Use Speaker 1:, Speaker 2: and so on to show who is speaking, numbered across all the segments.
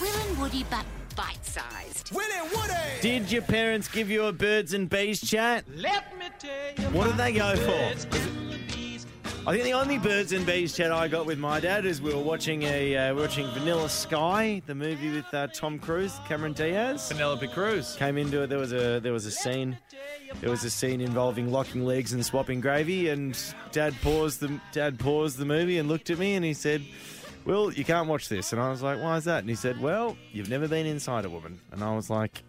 Speaker 1: Will and Woody, but bite sized.
Speaker 2: Will and Woody!
Speaker 3: Did your parents give you a birds and bees chat?
Speaker 4: Let me tell you
Speaker 3: What did they go for?
Speaker 4: for?
Speaker 3: I think the only birds and bees chat I got with my dad is we were watching a uh, we were watching Vanilla Sky, the movie with uh, Tom Cruise, Cameron Diaz.
Speaker 5: Penelope Cruz.
Speaker 3: Came into it. There was a there was a scene. There was a scene involving locking legs and swapping gravy. And dad paused the dad paused the movie and looked at me and he said. Well, you can't watch this. And I was like, why is that? And he said, well, you've never been inside a woman. And I was like,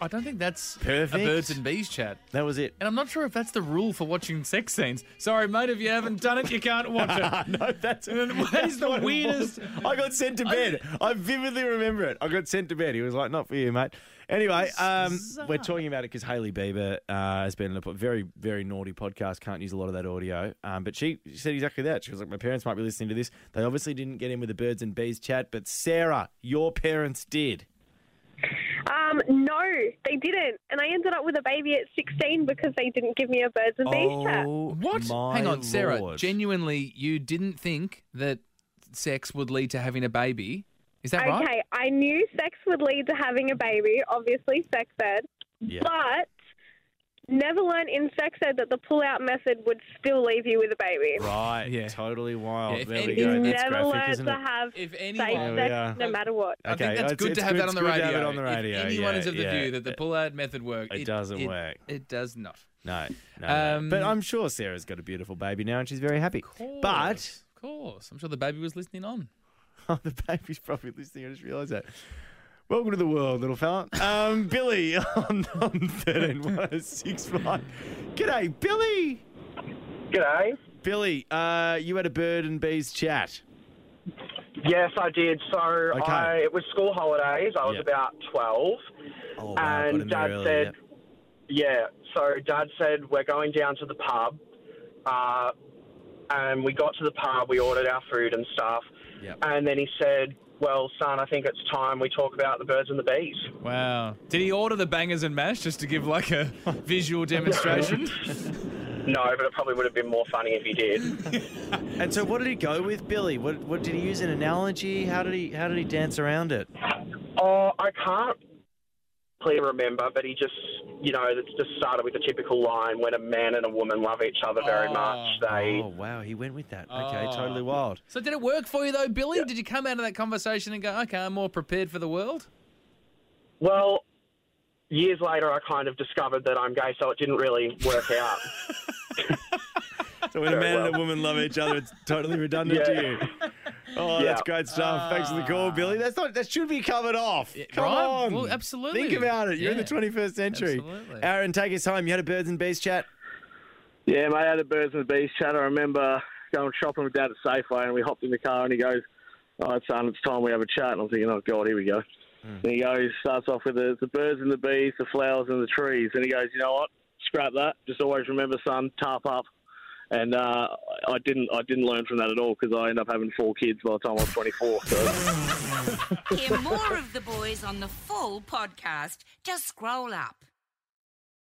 Speaker 5: I don't think that's
Speaker 3: Perfect.
Speaker 5: a birds and bees chat.
Speaker 3: that was it.
Speaker 5: And I'm not sure if that's the rule for watching sex scenes. Sorry, mate, if you haven't done it, you can't watch it.
Speaker 3: no, that's
Speaker 5: And then what is the
Speaker 3: not what it
Speaker 5: weirdest-
Speaker 3: was. I got sent to bed. I vividly remember it. I got sent to bed. He was like, "Not for you, mate." Anyway, um, we're talking about it because Haley Bieber uh, has been in a po- very, very naughty podcast. Can't use a lot of that audio, um, but she, she said exactly that. She was like, "My parents might be listening to this. They obviously didn't get in with the birds and bees chat, but Sarah, your parents did."
Speaker 6: Um, no, they didn't. And I ended up with a baby at 16 because they didn't give me a birds and
Speaker 3: Oh.
Speaker 6: bees chat.
Speaker 5: What?
Speaker 3: my
Speaker 5: Hang on, Sarah.
Speaker 3: Lord.
Speaker 5: Genuinely, you didn't think that sex would lead to having a baby. Is that right?
Speaker 6: Okay, I knew sex would lead to having a baby, obviously, sex ed.
Speaker 3: Yeah.
Speaker 6: But never learned in sex ed that the pull out method would still leave you with a baby.
Speaker 3: Right,
Speaker 5: Yeah.
Speaker 3: totally wild.
Speaker 5: Yeah, if
Speaker 3: there we
Speaker 5: any-
Speaker 3: go.
Speaker 6: You
Speaker 3: That's
Speaker 6: never
Speaker 3: graphic,
Speaker 6: learned
Speaker 3: isn't
Speaker 6: to
Speaker 3: it?
Speaker 6: have
Speaker 5: If
Speaker 6: safe
Speaker 5: anyone-
Speaker 3: There we are.
Speaker 6: sex no matter what.
Speaker 3: Okay,
Speaker 5: I think that's
Speaker 3: it's-
Speaker 5: good
Speaker 3: it's
Speaker 5: to have that on
Speaker 3: it's
Speaker 5: the
Speaker 3: good
Speaker 5: radio.
Speaker 3: To have it on the radio.
Speaker 5: If anyone
Speaker 3: yeah,
Speaker 5: is of the
Speaker 3: yeah.
Speaker 5: view that the pull-out method works,
Speaker 3: it doesn't work.
Speaker 5: It does not.
Speaker 3: No, no, no.
Speaker 5: Um,
Speaker 3: but I'm sure Sarah's got a beautiful baby now, and she's very happy. But
Speaker 5: of course, I'm sure the baby was listening on.
Speaker 3: oh, the baby's probably listening. I just realised that. Welcome to the world, little fella. Um, Billy on, on 13 1065. G'day, Billy.
Speaker 7: G'day.
Speaker 3: Billy, uh, you had a bird and bees chat.
Speaker 7: Yes, I did. So
Speaker 3: Okay.
Speaker 7: I, it was school holidays. I was
Speaker 3: Yep.
Speaker 7: about 12.
Speaker 3: Oh,
Speaker 7: and Dad said, yeah. So Dad said, we're going down to the pub. Uh, and we got to the pub, we ordered our food and stuff.
Speaker 3: Yep.
Speaker 7: And then he said, well, son, I think it's time we talk about the birds and the bees.
Speaker 5: Wow. Did he order the bangers and mash just to give like a visual demonstration?
Speaker 7: No, but it probably would have been more funny if he did. um,
Speaker 3: And so, what did he go with, Billy? What, what did he use an analogy? How did he How did he dance around it?
Speaker 7: Oh, I can't clearly remember, but he just, you know, it just started with the typical line when a man and a woman love each other very
Speaker 5: Oh.
Speaker 7: much, they.
Speaker 3: Oh wow, he went with that. Okay,
Speaker 7: Ah.
Speaker 5: Oh.
Speaker 3: totally wild.
Speaker 5: so did it work for you though, Billy? Did you come out of that conversation and go, okay, I'm more prepared for the world?
Speaker 7: Well, years later, I kind of discovered that I'm gay, so it didn't really work out.
Speaker 3: So when a man and a woman love each other, it's totally redundant
Speaker 7: Yeah.
Speaker 3: to you. Oh, that's great stuff. Thanks for the call, Billy. That's not that should be covered off. Come
Speaker 5: Ah. right?
Speaker 3: on.
Speaker 5: Well, absolutely.
Speaker 3: Think about it. You're in the
Speaker 5: Yeah.
Speaker 3: 21st century.
Speaker 5: Absolutely.
Speaker 3: Aaron, take us home. You had a birds and bees chat.
Speaker 8: Yeah, mate, I had a birds and the bees chat. I remember going shopping with Dad at Safeway, and we hopped in the car, and he goes, "All right, son, it's time we have a chat." And I'm thinking, "Oh God, here we go." And he goes, starts off with the, the birds and the bees, the flowers and the trees, and he goes, "You know what? Scrap that. Just always remember, son, tarp up." And uh, I didn't, I didn't learn from that at all because I ended up having four kids by the time I was 24. So.
Speaker 1: Hear more of the boys on the full podcast. Just scroll up.